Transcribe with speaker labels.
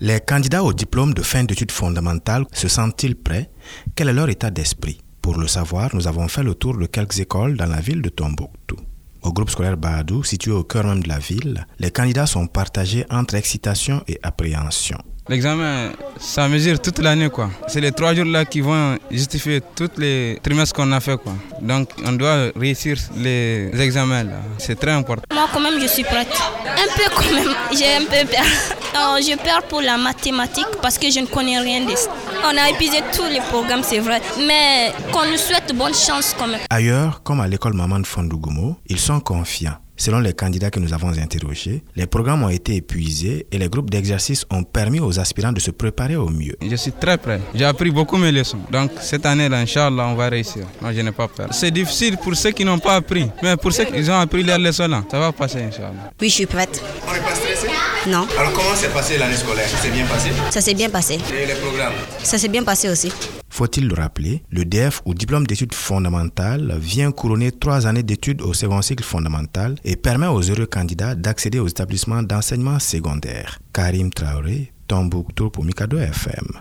Speaker 1: Les candidats au diplôme de fin d'études fondamentales se sentent-ils prêts Quel est leur état d'esprit Pour le savoir, nous avons fait le tour de quelques écoles dans la ville de Tombouctou. Au groupe scolaire Bahadou, situé au cœur même de la ville, les candidats sont partagés entre excitation et appréhension.
Speaker 2: L'examen, ça mesure toute l'année quoi. C'est les trois jours là qui vont justifier tous les trimestres qu'on a fait quoi. Donc on doit réussir les examens là. C'est très important.
Speaker 3: Moi quand même je suis prête. Un peu quand même, j'ai un peu peur. Alors, je perds pour la mathématique parce que je ne connais rien de ça. On a épuisé tous les programmes, c'est vrai. Mais qu'on nous souhaite bonne chance quand même.
Speaker 1: Ailleurs, comme à l'école Maman de Fondougumo, ils sont confiants. Selon les candidats que nous avons interrogés, les programmes ont été épuisés et les groupes d'exercice ont permis aux aspirants de se préparer au mieux.
Speaker 2: Je suis très prêt. J'ai appris beaucoup mes leçons. Donc cette année, là, Inch'Allah, on va réussir. Moi, je n'ai pas peur. C'est difficile pour ceux qui n'ont pas appris. Mais pour ceux qui ont appris leurs leçons, là, ça va passer, Inch'Allah.
Speaker 4: Oui, je suis prête.
Speaker 5: On n'est pas stressé
Speaker 4: Non,
Speaker 5: Alors comment s'est passée l'année scolaire C'est bien passé
Speaker 4: ça s'est bien passé.
Speaker 5: Et les programmes
Speaker 4: Ça s'est bien passé aussi.
Speaker 1: Faut-il le rappeler, le DF ou diplôme d'études fondamentales vient couronner trois années d'études au second cycle fondamental et permet aux heureux candidats d'accéder aux établissements d'enseignement secondaire. Karim Traoré, Tombouctou pour Mikado FM.